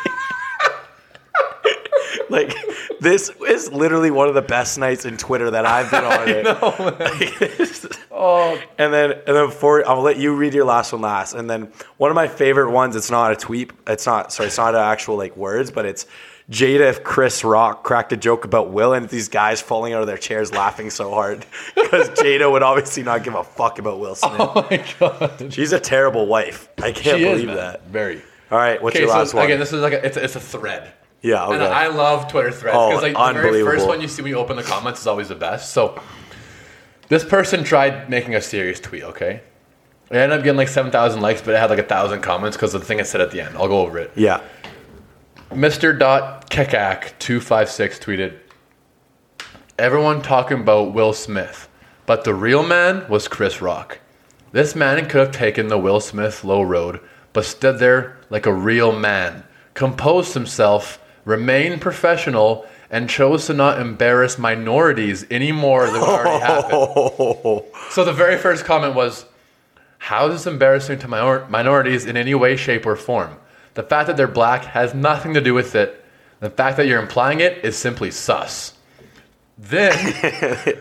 Speaker 3: like this is literally one of the best nights in Twitter that I've been on. it. And then, and then before I'll let you read your last one last. And then one of my favorite ones. It's not a tweet. It's not sorry. It's not an actual like words, but it's Jada if Chris Rock cracked a joke about Will and these guys falling out of their chairs laughing so hard because Jada would obviously not give a fuck about Will Smith.
Speaker 1: Oh my god,
Speaker 3: She's a terrible wife. I can't
Speaker 1: She is,
Speaker 3: believe
Speaker 1: man.
Speaker 3: that.
Speaker 1: Very.
Speaker 3: All right, what's
Speaker 1: Okay,
Speaker 3: your
Speaker 1: so
Speaker 3: last one?
Speaker 1: again, this is like a, it's, a, it's a thread.
Speaker 3: Yeah,
Speaker 1: And
Speaker 3: okay.
Speaker 1: I love Twitter threads
Speaker 3: Oh,
Speaker 1: because like the very
Speaker 3: unbelievable.
Speaker 1: first one you see when you open the comments is always the best. So this person tried making a serious tweet, okay? It ended up getting like 7,000 likes, but it had like a thousand comments because of the thing I said at the end. I'll go over it.
Speaker 3: yeah,
Speaker 1: Mr. Dot Kekak256 tweeted Everyone talking about Will Smith, but the real man was Chris Rock. This man could have taken the Will Smith low road, but stood there like a real man, composed himself, remained professional, and chose to not embarrass minorities any more than what already happened. So the very first comment was how is this embarrassing to minor- minorities in any way, shape, or form? The fact that they're black has nothing to do with it. The fact that you're implying it is simply sus. Then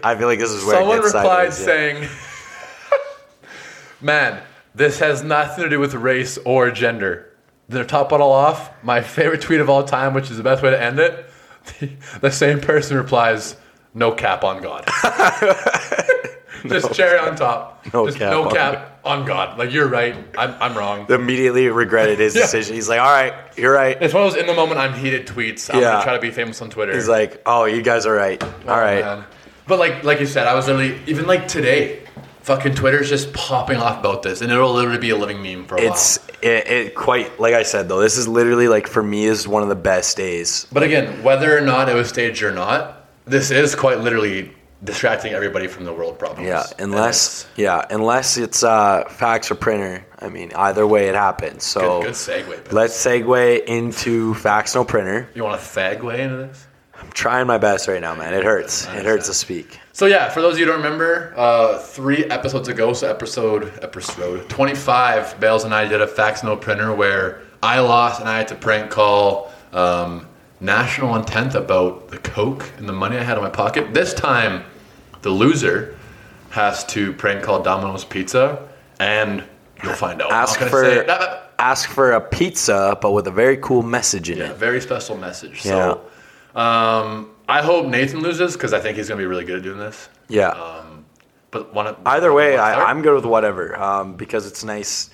Speaker 3: I feel like this is where
Speaker 1: someone
Speaker 3: it gets
Speaker 1: replied
Speaker 3: sideways, yeah.
Speaker 1: saying, Man, this has nothing to do with race or gender. Then to top it all off, my favorite tweet of all time, which is the best way to end it, the, same person replies, No cap on God. Just cherry on top.
Speaker 3: No
Speaker 1: Just
Speaker 3: cap
Speaker 1: no
Speaker 3: on
Speaker 1: cap on God. Like, you're right. I'm, I'm wrong.
Speaker 3: immediately regretted his
Speaker 1: Yeah.
Speaker 3: decision. He's like, "All right, you're right."
Speaker 1: It's one of those in the moment I'm heated tweets. I'm
Speaker 3: Yeah.
Speaker 1: gonna try to be famous on Twitter.
Speaker 3: He's like, "Oh, you guys are right. All right."
Speaker 1: Man. Um, But like like you said, I was literally even like today, fucking Twitter's just popping off about this, and it'll literally be a living meme for a
Speaker 3: It's
Speaker 1: while.
Speaker 3: it, it quite like I said though. This is literally like for me is one of the best days.
Speaker 1: But again, whether or not it was staged or not, this is quite literally distracting everybody from the world problems.
Speaker 3: Yeah,
Speaker 1: And
Speaker 3: unless yeah, unless it's uh, fax or printer. I mean, either way it happens. So
Speaker 1: it's good,
Speaker 3: oh.
Speaker 1: good segue. But
Speaker 3: let's segue into fax no printer.
Speaker 1: you want to fag way into this?
Speaker 3: I'm trying my best right now, man. It hurts. It hurts to speak.
Speaker 1: So yeah, for those of you who don't remember, uh, three episodes ago, so episode episode twenty five, Bales and I did a fax no printer where I lost and I had to prank call um, National Intent about the coke and the money I had in my pocket. This time, the loser has to prank call Domino's Pizza, and you'll find out. I'm
Speaker 3: Ask
Speaker 1: not
Speaker 3: for
Speaker 1: gonna say- Nah, nah, nah.
Speaker 3: ask for a pizza, but with a very cool message in
Speaker 1: Yeah,
Speaker 3: it.
Speaker 1: very special message. So, um, I hope Nathan loses because I think he's gonna be really good at doing this.
Speaker 3: Yeah.
Speaker 1: But one
Speaker 3: Either way, I,
Speaker 1: Sorry?
Speaker 3: I'm good with whatever um, because it's nice.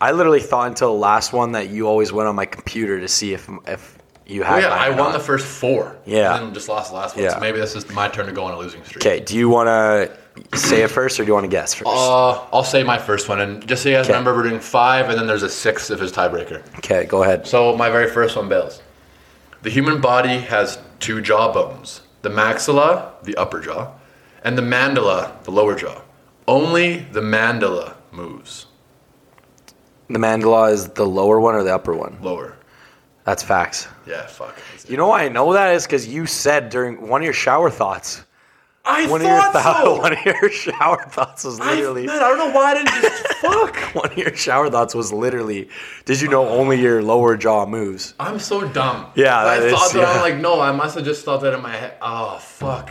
Speaker 3: I literally thought until the last one that you always went on my computer to see if if you had.
Speaker 1: Oh, yeah,
Speaker 3: mine
Speaker 1: I
Speaker 3: or
Speaker 1: won
Speaker 3: not.
Speaker 1: the first four.
Speaker 3: Yeah.
Speaker 1: And then just lost the last one.
Speaker 3: Yeah.
Speaker 1: So maybe this is my turn to go on a losing streak.
Speaker 3: Okay, do you want to say it first or do you want to guess first?
Speaker 1: Uh, I'll say my first one. And just so you guys
Speaker 3: 'Kay.
Speaker 1: remember, we're doing five, and then there's a six if it's tiebreaker.
Speaker 3: okay, go ahead.
Speaker 1: So my very first one, Bales. The human body has two jaw bones the maxilla, the upper jaw, and the mandala, the lower jaw. Only the mandala moves
Speaker 3: The mandala is the lower one or the upper one?
Speaker 1: lower.
Speaker 3: That's facts.
Speaker 1: Yeah, fuck.
Speaker 3: You know why I know that is because you said during one of your shower thoughts.
Speaker 1: I
Speaker 3: One of your thou- one of your shower thoughts was literally.
Speaker 1: I don't know why I didn't just fuck.
Speaker 3: One of your shower thoughts was literally, did you know only your lower jaw moves?
Speaker 1: I'm so dumb.
Speaker 3: Yeah,
Speaker 1: I
Speaker 3: that
Speaker 1: thought
Speaker 3: is-
Speaker 1: that. I'm
Speaker 3: yeah.
Speaker 1: like, no, I must have just thought that in my head. Oh fuck!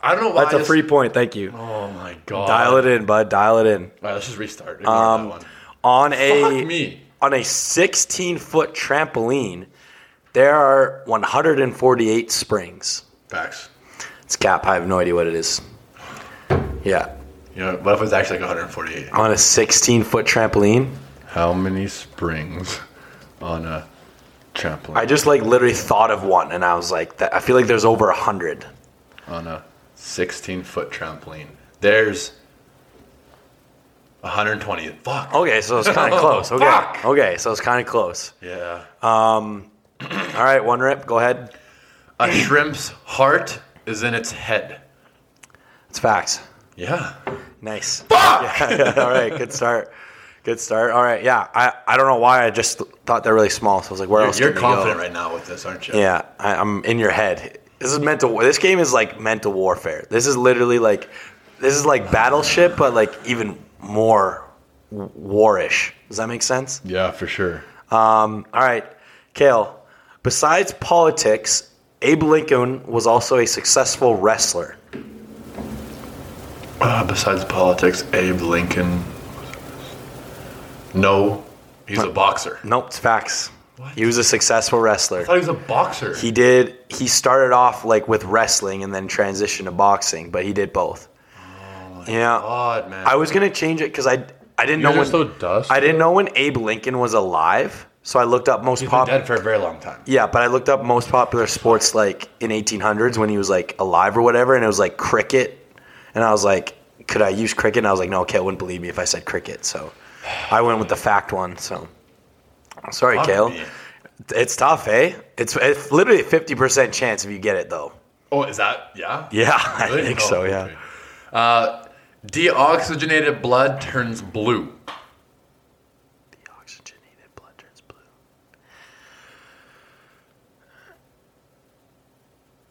Speaker 1: I don't know why.
Speaker 3: That's
Speaker 1: a
Speaker 3: a free point. Thank you.
Speaker 1: Oh my god!
Speaker 3: Dial it in, bud. Dial it in.
Speaker 1: All right, let's just restart. Ignore that
Speaker 3: Um,
Speaker 1: one.
Speaker 3: on
Speaker 1: Fuck
Speaker 3: a
Speaker 1: me.
Speaker 3: on a 16 foot trampoline, there are 148 springs.
Speaker 1: Facts.
Speaker 3: It's cap. I have no idea what it is. Yeah,
Speaker 1: You know, what if it's actually like 148?
Speaker 3: on a 16 foot trampoline.
Speaker 1: How many springs on a trampoline?
Speaker 3: I just like literally thought of one, and I was like, that, I feel like there's over a hundred.
Speaker 1: on a 16 foot trampoline. There's 120. Fuck.
Speaker 3: Okay, so it's kind of close. Okay,
Speaker 1: Fuck.
Speaker 3: okay, so it's kind of close.
Speaker 1: Yeah.
Speaker 3: All right, one rip. Go ahead.
Speaker 1: A shrimp's heart is in its head.
Speaker 3: It's facts.
Speaker 1: Yeah.
Speaker 3: Nice. Yeah, all right, good start. Good start. All right, yeah. I, I don't know why I just thought they're really small. So I was like, where
Speaker 1: You're,
Speaker 3: else?
Speaker 1: you're
Speaker 3: can they go?
Speaker 1: confident right now with this, aren't you?
Speaker 3: Yeah, I, I'm in your head. This is mental. war- This game is like mental warfare. This is literally like, this is like battleship, but like even more w- warish. Does that make sense?
Speaker 1: Yeah, for sure.
Speaker 3: Um, all right, Kale. Besides politics, Abe Lincoln was also a successful wrestler.
Speaker 1: Uh, besides politics, Abe Lincoln. No, he's a boxer. I
Speaker 3: Nope, it's facts.
Speaker 1: What?
Speaker 3: He was a successful wrestler.
Speaker 1: thought he was a boxer.
Speaker 3: He did. He started off like with wrestling and then transitioned to boxing, but he did both. yeah,
Speaker 1: God, man.
Speaker 3: I was gonna change it because I I didn't
Speaker 1: You guys
Speaker 3: know
Speaker 1: are
Speaker 3: when
Speaker 1: so dust.
Speaker 3: I didn't know when Abe Lincoln was alive, so I looked up most
Speaker 1: he's been dead
Speaker 3: popular.
Speaker 1: for a very long time.
Speaker 3: Yeah, but I looked up most popular sports like in 1800s when he was like alive or whatever, and it was like cricket, and I was like, could I use cricket? And I was like, no, Kale wouldn't believe me if I said cricket, so I went with the fact one. So sorry,
Speaker 1: Fuck
Speaker 3: Kale.
Speaker 1: me.
Speaker 3: It's tough, eh? It's, it's literally a 50% chance if you get it, though.
Speaker 1: Oh, is that yeah?
Speaker 3: Yeah, I
Speaker 1: Really?
Speaker 3: think
Speaker 1: Oh,
Speaker 3: so, yeah.
Speaker 1: okay. Uh, deoxygenated blood turns blue.
Speaker 3: Deoxygenated blood turns blue.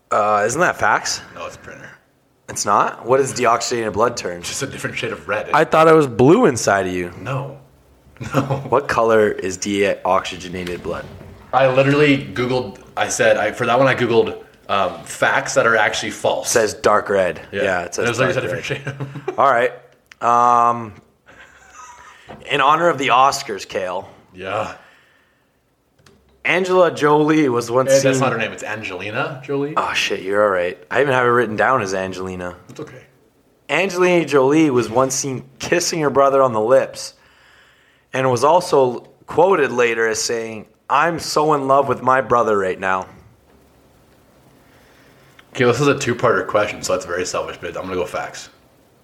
Speaker 3: Uh, isn't that facts?
Speaker 1: No, it's printer.
Speaker 3: It's not? What is deoxygenated blood turn?
Speaker 1: Just a different shade of red.
Speaker 3: I thought it was blue inside of you.
Speaker 1: no, no.
Speaker 3: What color is deoxygenated blood?
Speaker 1: I literally googled. I said I for that one. I googled um, facts that are actually false.
Speaker 3: It says dark red. Yeah, it
Speaker 1: And
Speaker 3: says
Speaker 1: it was like
Speaker 3: dark
Speaker 1: it's a
Speaker 3: red.
Speaker 1: different shade. of-
Speaker 3: All right. Um, in honor of the Oscars, Kale,
Speaker 1: yeah.
Speaker 3: Angela Jolie was once
Speaker 1: Eh,
Speaker 3: seen.
Speaker 1: That's not her name. It's Angelina Jolie.
Speaker 3: Oh shit, you're all right. I even have it written down as Angelina.
Speaker 1: Ah, It's okay.
Speaker 3: Angelina Jolie was once seen kissing her brother on the lips and was also quoted later as saying, I'm so in love with my brother right now.
Speaker 1: Okay, this is a two-parter question, so that's very selfish. But I'm gonna go facts.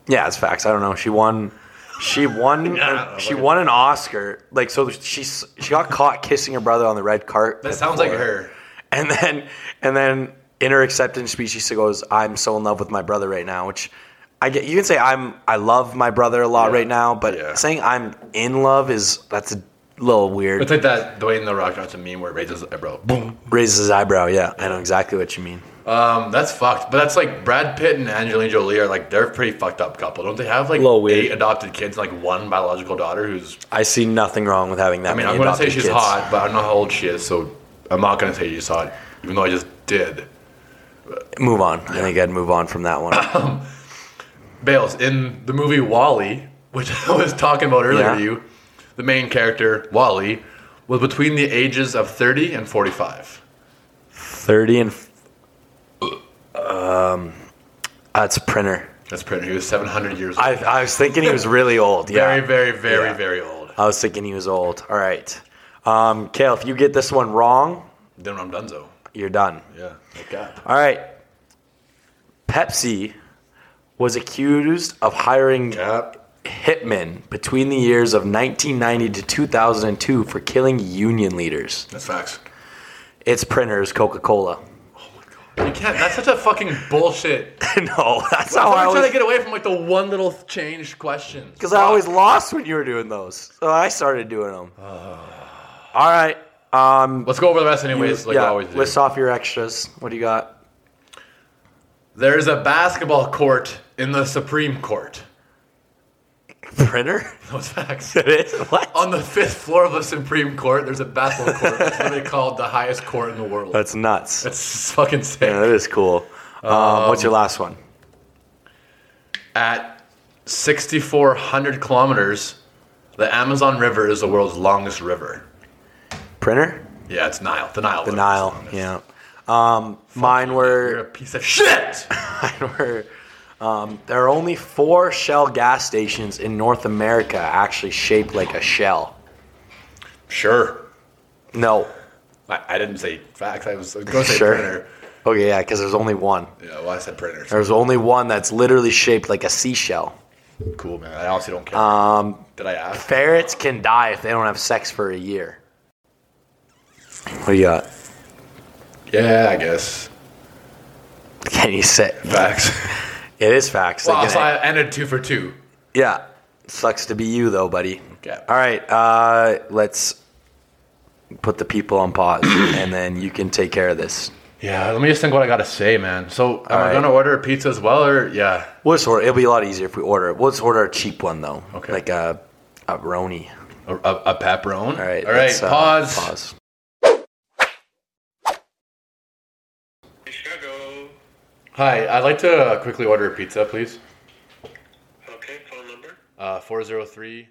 Speaker 3: Yeah, it's facts. I don't know. She won she won
Speaker 1: Yeah,
Speaker 3: she
Speaker 1: like-
Speaker 3: won an Oscar. Like so she she got caught kissing her brother on the red carpet.
Speaker 1: That sounds like
Speaker 3: before.
Speaker 1: her.
Speaker 3: And then and then inner acceptance speech. She goes, "I'm so in love with my brother right now," which I get. You can say I'm I love my brother a lot
Speaker 1: Yeah.
Speaker 3: right now, but
Speaker 1: Yeah.
Speaker 3: saying I'm in love is that's a little weird.
Speaker 1: It's like that Dwayne the Rock Johnson meme where it raises his eyebrow. Boom.
Speaker 3: Raises his eyebrow. Yeah, I know exactly what you mean.
Speaker 1: Um, that's fucked. But that's like Brad Pitt and Angelina Jolie are like they're a pretty fucked up couple. Don't they have like
Speaker 3: Little weird.
Speaker 1: eight adopted kids and like one biological daughter who's
Speaker 3: I see nothing wrong with having that.
Speaker 1: I mean,
Speaker 3: many
Speaker 1: I'm gonna say
Speaker 3: adopted
Speaker 1: she's
Speaker 3: kids.
Speaker 1: hot, but I don't know how old she is, so I'm not gonna say she's hot, even though I just did.
Speaker 3: Move on. I think I'd move on from that one.
Speaker 1: Bales in the movie Wally, which I was talking about earlier
Speaker 3: Yeah.
Speaker 1: to you, the main character Wally was between the ages of 30 and 45.
Speaker 3: Thirty and f- um, that's a printer.
Speaker 1: That's pretty. He was 700 years old.
Speaker 3: I, I was thinking he was really old. Yeah.
Speaker 1: very, very, very,
Speaker 3: Yeah.
Speaker 1: very old.
Speaker 3: I was thinking he was old. All right. Um, Kale, if you get this one wrong,
Speaker 1: Then I'm done, though.
Speaker 3: you're done.
Speaker 1: Yeah. Thank God.
Speaker 3: All right. Pepsi was accused of hiring
Speaker 1: Yep.
Speaker 3: hitmen between the years of 1990 to 2002 for killing union leaders.
Speaker 1: That's facts.
Speaker 3: Its printer is Coca Cola.
Speaker 1: You can't. That's such a fucking bullshit.
Speaker 3: no, that's
Speaker 1: I'm
Speaker 3: how Oh, I
Speaker 1: always trying to
Speaker 3: always.
Speaker 1: get away from like the one little changed question.
Speaker 3: Because I always lost when you were doing those. So I started doing them. All right. Um,
Speaker 1: Let's go over the rest, anyways. like I
Speaker 3: yeah,
Speaker 1: always do.
Speaker 3: list off your extras. What do you got?
Speaker 1: There's a basketball court in the Supreme Court.
Speaker 3: Printer?
Speaker 1: Those facts.
Speaker 3: what?
Speaker 1: On the fifth floor of the Supreme Court, there's a basketball court. That's what they called the highest court in the world.
Speaker 3: That's nuts.
Speaker 1: That's fucking sick.
Speaker 3: Yeah, that is cool. Um, what's your last one?
Speaker 1: At 6,400 kilometers, the Amazon River is the world's longest river.
Speaker 3: Printer?
Speaker 1: Yeah, it's Nile. The Nile.
Speaker 3: The Nile. Yeah. Um, mine
Speaker 1: You're a
Speaker 3: were.
Speaker 1: piece of shit.
Speaker 3: Mine were. Um, there are only four Shell gas stations in North America actually shaped like a shell.
Speaker 1: Sure.
Speaker 3: No.
Speaker 1: I, I didn't say facts. I was going to say
Speaker 3: Sure.
Speaker 1: printer.
Speaker 3: Okay, yeah, because there's only one.
Speaker 1: Yeah, well, I said printers.
Speaker 3: There's only one that's literally shaped like a seashell.
Speaker 1: Cool, man. I honestly don't care.
Speaker 3: Um,
Speaker 1: Did I ask?
Speaker 3: ferrets can die if they don't have sex for a year. What do you got?
Speaker 1: Yeah, I guess.
Speaker 3: Can you say?
Speaker 1: Facts.
Speaker 3: It is facts. They
Speaker 1: well,
Speaker 3: can-
Speaker 1: so I ended two for two.
Speaker 3: Yeah. Sucks to be you though, buddy.
Speaker 1: Okay.
Speaker 3: All right. Uh, let's put the people on pause and then you can take care of this.
Speaker 1: Yeah, let me just think what I gotta say, man. So, am I
Speaker 3: right.
Speaker 1: gonna order a pizza as well, or yeah?
Speaker 3: We'll just order, it'll be a lot easier if we order it. We'll just order a cheap one though.
Speaker 1: Okay.
Speaker 3: Like a, a Roni.
Speaker 1: A, a, a pepperoni.
Speaker 3: All right.
Speaker 1: all right.
Speaker 3: let's, uh,
Speaker 1: pause.
Speaker 3: Pause.
Speaker 4: Chicago.
Speaker 1: Hi, I'd like to uh, quickly order a pizza, please.
Speaker 4: Okay, phone number.
Speaker 1: Uh, four zero three.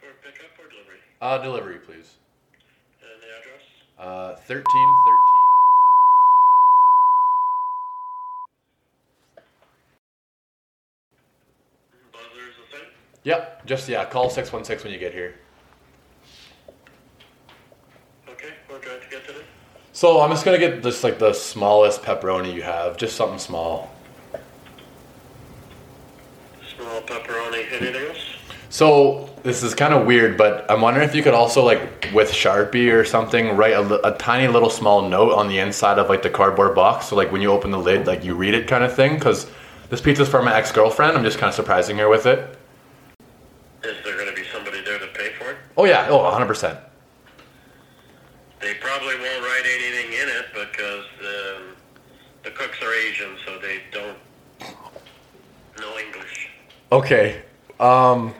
Speaker 4: For pickup or delivery?
Speaker 1: Uh, delivery, please.
Speaker 4: And the address?
Speaker 1: Uh, thirteen thirteen.
Speaker 4: Buzzer's the same.
Speaker 1: Yep. Just yeah. Call six one six when you get here.
Speaker 4: Okay, where do I have to get today?
Speaker 1: So I'm just gonna get just like the smallest pepperoni you have, just something small.
Speaker 4: Small pepperoni. Anything else?
Speaker 1: So this is kind of weird, but I'm wondering if you could also like with Sharpie or something write a, li- a tiny little small note on the inside of like the cardboard box, so like when you open the lid, like you read it kind of thing. Because this pizza's for my ex girlfriend. I'm just kind of surprising her with it.
Speaker 4: Is there going to be somebody there to pay for it?
Speaker 1: Oh yeah. Oh, 100 percent.
Speaker 4: They probably won't write anything in it because um, the cooks are Asian, so they don't know English.
Speaker 1: Okay. Um,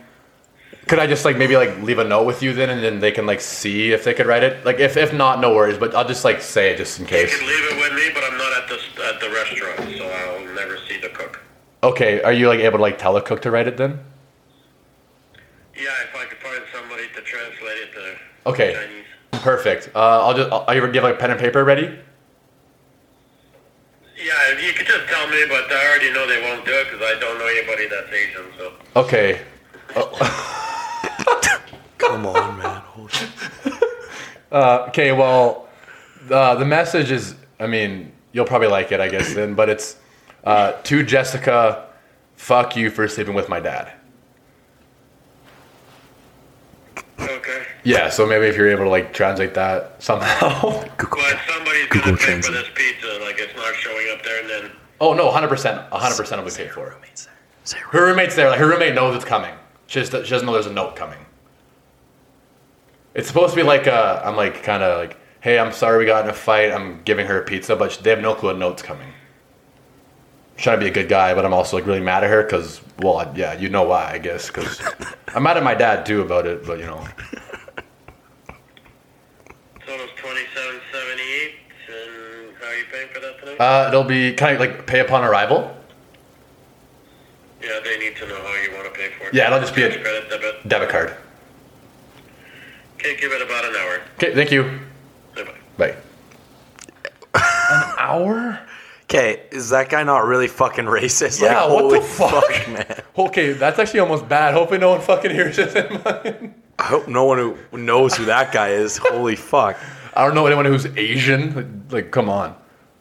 Speaker 1: could I just like maybe like leave a note with you then, and then they can like see if they could write it. Like if if not, no worries. But I'll just like say it just in
Speaker 4: You
Speaker 1: case.
Speaker 4: can leave it with me, but I'm not at the at the restaurant, so I'll never see the cook.
Speaker 1: Okay. Are you like able to like tell a cook to write it then?
Speaker 4: Yeah, if I could find somebody to translate it to
Speaker 1: Okay.
Speaker 4: Chinese.
Speaker 1: Perfect. Uh, I'll just. I'll, are you, do you have like pen and paper ready?
Speaker 4: Yeah, you could just tell me, but I already know they won't do it because I don't know anybody that's Asian. So
Speaker 1: Okay.
Speaker 3: Come on, man. Holy shit.
Speaker 1: Uh, okay. Well, uh, the message is. I mean, you'll probably like it, I guess. Then, but it's uh, to Jessica. Fuck you for sleeping with my dad.
Speaker 4: okay.
Speaker 1: Yeah, so maybe if you're able to like translate that somehow.
Speaker 4: But somebody's
Speaker 3: Google
Speaker 4: gonna pay for
Speaker 3: Translate.
Speaker 4: this pizza. Like it's not showing up there, and then
Speaker 1: oh no, 100%, 100% will be paid for. Her roommate's there. Like her roommate knows it's coming. She just she doesn't know there's a note coming. It's supposed to be like uh, I'm like kind of like, hey, I'm sorry we got in a fight. I'm giving her a pizza, but they have no clue a note's coming. I'm trying to be a good guy, but I'm also like really mad at her because, well, I- yeah, you know why, I guess. Because I'm mad at my dad too about it, but you know,
Speaker 4: total's twenty-seven seventy-eight. And how are you paying for that tonight?
Speaker 1: uh, it'll be kind of like pay upon arrival.
Speaker 4: yeah, they need to know how you want to pay for it.
Speaker 1: Yeah, it'll just be a-
Speaker 4: credit debit.
Speaker 1: Debit card.
Speaker 4: Okay, give it about an hour.
Speaker 1: Okay, thank you.
Speaker 4: Bye-bye.
Speaker 1: Bye.
Speaker 3: Hour? Okay, is that guy not really fucking racist?
Speaker 1: Yeah,
Speaker 3: Like,
Speaker 1: what the
Speaker 3: holy
Speaker 1: fuck?
Speaker 3: man.
Speaker 1: Okay, that's actually almost bad. Hopefully, no one fucking hears this.
Speaker 3: I hope no one who knows who that guy is. holy fuck.
Speaker 1: I don't know anyone who's Asian. Like, like, come on,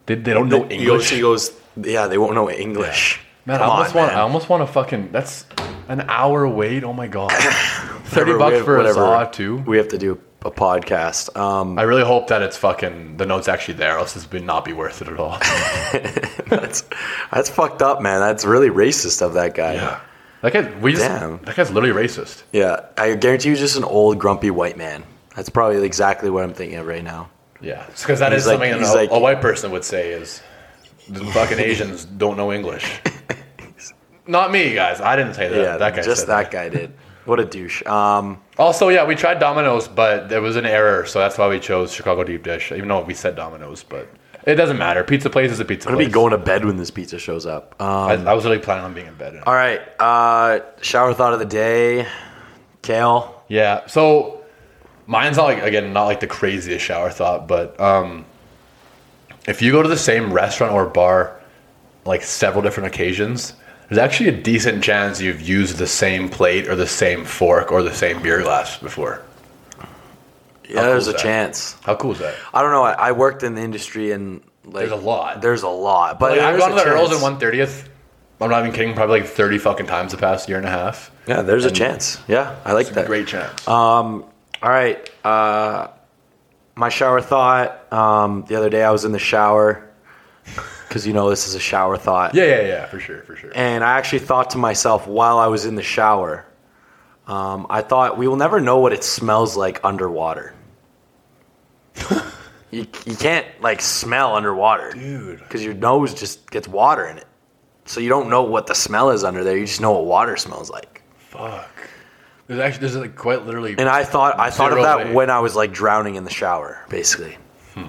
Speaker 1: they, they don't know
Speaker 3: He goes,
Speaker 1: English.
Speaker 3: he goes, yeah, they won't know English.
Speaker 1: Man,
Speaker 3: Come
Speaker 1: I almost
Speaker 3: on,
Speaker 1: want.
Speaker 3: man.
Speaker 1: I almost want to fucking. That's an hour wait. Oh my god, thirty
Speaker 3: Whatever,
Speaker 1: bucks
Speaker 3: we-
Speaker 1: for
Speaker 3: whatever.
Speaker 1: a Zaw too.
Speaker 3: We have to do a podcast. Um,
Speaker 1: I really hope that it's fucking the note's actually there. Else this would not be worth it at all.
Speaker 3: that's that's fucked up, man. That's really racist of that guy.
Speaker 1: yeah, that guy. We just,
Speaker 3: Damn.
Speaker 1: that guy's literally racist.
Speaker 3: Yeah, I guarantee you, just an old grumpy white man. That's probably exactly what I'm thinking of right now.
Speaker 1: Yeah, because that
Speaker 3: He's
Speaker 1: is
Speaker 3: like-
Speaker 1: something that
Speaker 3: he's
Speaker 1: a,
Speaker 3: like-
Speaker 1: a white person would say is the fucking Asians don't know English. Not me, guys. I didn't say that.
Speaker 3: Yeah,
Speaker 1: that guy.
Speaker 3: just
Speaker 1: said
Speaker 3: that guy did. What a douche. Um,
Speaker 1: Also, yeah, we tried Domino's, but there was an error, so that's why we chose Chicago Deep Dish. Even though we said Domino's, but it doesn't matter. Pizza place is a pizza
Speaker 3: I'm gonna
Speaker 1: place.
Speaker 3: be going to bed when this pizza shows up. Um,
Speaker 1: I, I was really planning on being in bed.
Speaker 3: all right, uh, shower thought of the day, Kale.
Speaker 1: Yeah. So mine's not like again not like the craziest shower thought, but um, if you go to the same restaurant or bar like several different occasions, there's actually a decent chance you've used the same plate or the same fork or the same beer glass before.
Speaker 3: Yeah,
Speaker 1: cool
Speaker 3: there's
Speaker 1: is
Speaker 3: a
Speaker 1: that?
Speaker 3: chance.
Speaker 1: How cool is that?
Speaker 3: I don't know. I, I worked in the industry and like
Speaker 1: There's a lot.
Speaker 3: There's a lot, but
Speaker 1: Like, I've
Speaker 3: there's
Speaker 1: gone to
Speaker 3: a
Speaker 1: the Earls
Speaker 3: chance.
Speaker 1: and one thirtieth. I'm not even kidding. Probably like thirty fucking times the past year and a half.
Speaker 3: Yeah, there's a chance. Yeah, I like that.
Speaker 1: Great chance.
Speaker 3: All right. Uh, my shower thought. Um, the other day I was in the shower because you know this is a shower thought.
Speaker 1: yeah, yeah, yeah, for sure, for sure.
Speaker 3: And I actually thought to myself while I was in the shower, um, I thought we will never know what it smells like underwater. you, you can't like smell underwater, dude, because your nose just gets water in it. So you don't know what the smell is under there. You just know what water smells like.
Speaker 1: Fuck. There's actually there's like quite literally.
Speaker 3: And I thought I thought of
Speaker 1: Zero
Speaker 3: that
Speaker 1: way.
Speaker 3: when I was like drowning in the shower, basically.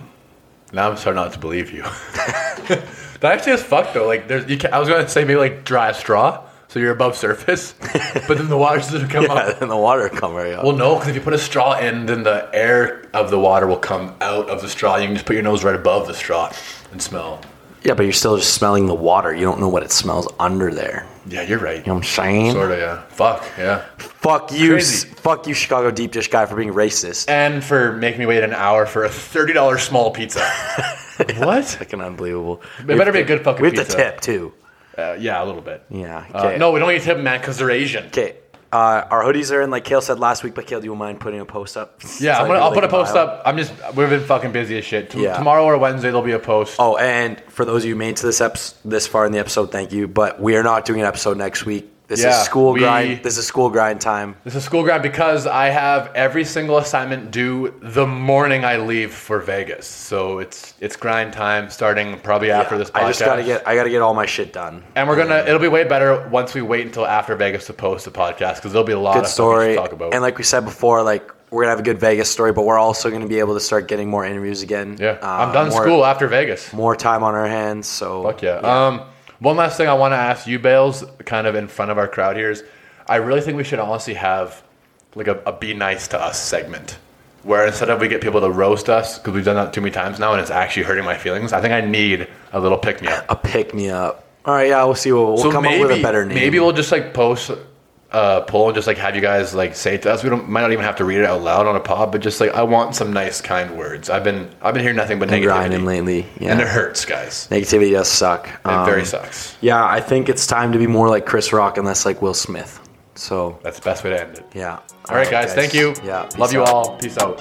Speaker 1: Now I'm starting not to believe you. that actually is fucked though. Like there's, you can, I was gonna say maybe like dry straw, so you're above surface, but then the water's gonna come
Speaker 3: Yeah,
Speaker 1: up.
Speaker 3: then the water come right up.
Speaker 1: Well, no, because if you put a straw in, then the air of the water will come out of the straw. You can just put your nose right above the straw and smell.
Speaker 3: yeah, but you're still just smelling the water. You don't know what it smells under there.
Speaker 1: Yeah, you're right.
Speaker 3: You know what I'm saying?
Speaker 1: Sort of, yeah. Fuck, yeah.
Speaker 3: Fuck you,
Speaker 1: Crazy.
Speaker 3: s- fuck you, Chicago deep dish guy for being racist.
Speaker 1: And for making me wait an hour for a thirty dollars small pizza. what?
Speaker 3: Fucking unbelievable. It
Speaker 1: better be a good fucking
Speaker 3: We have
Speaker 1: pizza.
Speaker 3: to tip too.
Speaker 1: Uh, yeah, a little bit.
Speaker 3: Yeah.
Speaker 1: Uh,
Speaker 3: Okay.
Speaker 1: no, we don't need to tip them, man, because they're Asian.
Speaker 3: Okay. Uh, our hoodies are in, like Kale said last week. But Kale, do you mind putting a post up?
Speaker 1: Yeah,
Speaker 3: So
Speaker 1: I'm gonna,
Speaker 3: I
Speaker 1: I'll
Speaker 3: can
Speaker 1: put a
Speaker 3: link
Speaker 1: post
Speaker 3: bio?
Speaker 1: up. I'm just we've been fucking busy as shit. T-
Speaker 3: Yeah.
Speaker 1: Tomorrow or Wednesday there'll be a post.
Speaker 3: Oh, and for those of you who made it to this episode, this far in the episode, thank you. But we are not doing an episode next week. This
Speaker 1: Yeah,
Speaker 3: is school
Speaker 1: we-
Speaker 3: grind. This is school grind time.
Speaker 1: This is school grad because I have every single assignment due the morning I leave for Vegas. So it's it's grind time starting probably after this podcast.
Speaker 3: I just gotta get. I gotta get all my shit done.
Speaker 1: and we're gonna it'll be way better once we wait until after Vegas to post the podcast because there'll be a lot
Speaker 3: good
Speaker 1: of
Speaker 3: story.
Speaker 1: story to talk about.
Speaker 3: And like we said before, like we're gonna have a good Vegas story, but we're also gonna be able to start getting more interviews again.
Speaker 1: yeah,
Speaker 3: Uh,
Speaker 1: I'm done
Speaker 3: more-
Speaker 1: school after Vegas.
Speaker 3: More time on our hands. So
Speaker 1: Fuck yeah. Um, one last thing I want to ask you, Bales, kind of in front of our crowd here is, I really think we should honestly have like a, a "Be Nice to Us" segment, where instead of we get people to roast us because we've done that too many times now, and it's actually hurting my feelings. I think I need a little pick me up.
Speaker 3: a pick me up. All right, yeah, we'll see. What, we'll come up with a better name.
Speaker 1: Maybe we'll just like post a poll and just like have you guys like say it to us. We don't might not even have to read it out loud on a pod, but just like I want some nice, kind words. I've been I've been hearing nothing but
Speaker 3: been
Speaker 1: negativity,
Speaker 3: grinding lately. Yeah,
Speaker 1: and it hurts, guys.
Speaker 3: negativity does suck.
Speaker 1: It
Speaker 3: Um,
Speaker 1: very sucks.
Speaker 3: Yeah, I think it's time to be more like Chris Rock and less like Will Smith. So
Speaker 1: That's the best way to end it.
Speaker 3: yeah. Uh,
Speaker 1: All right, guys. Thank you.
Speaker 3: Yeah. peace
Speaker 1: Love you
Speaker 3: out.
Speaker 1: all. Peace out.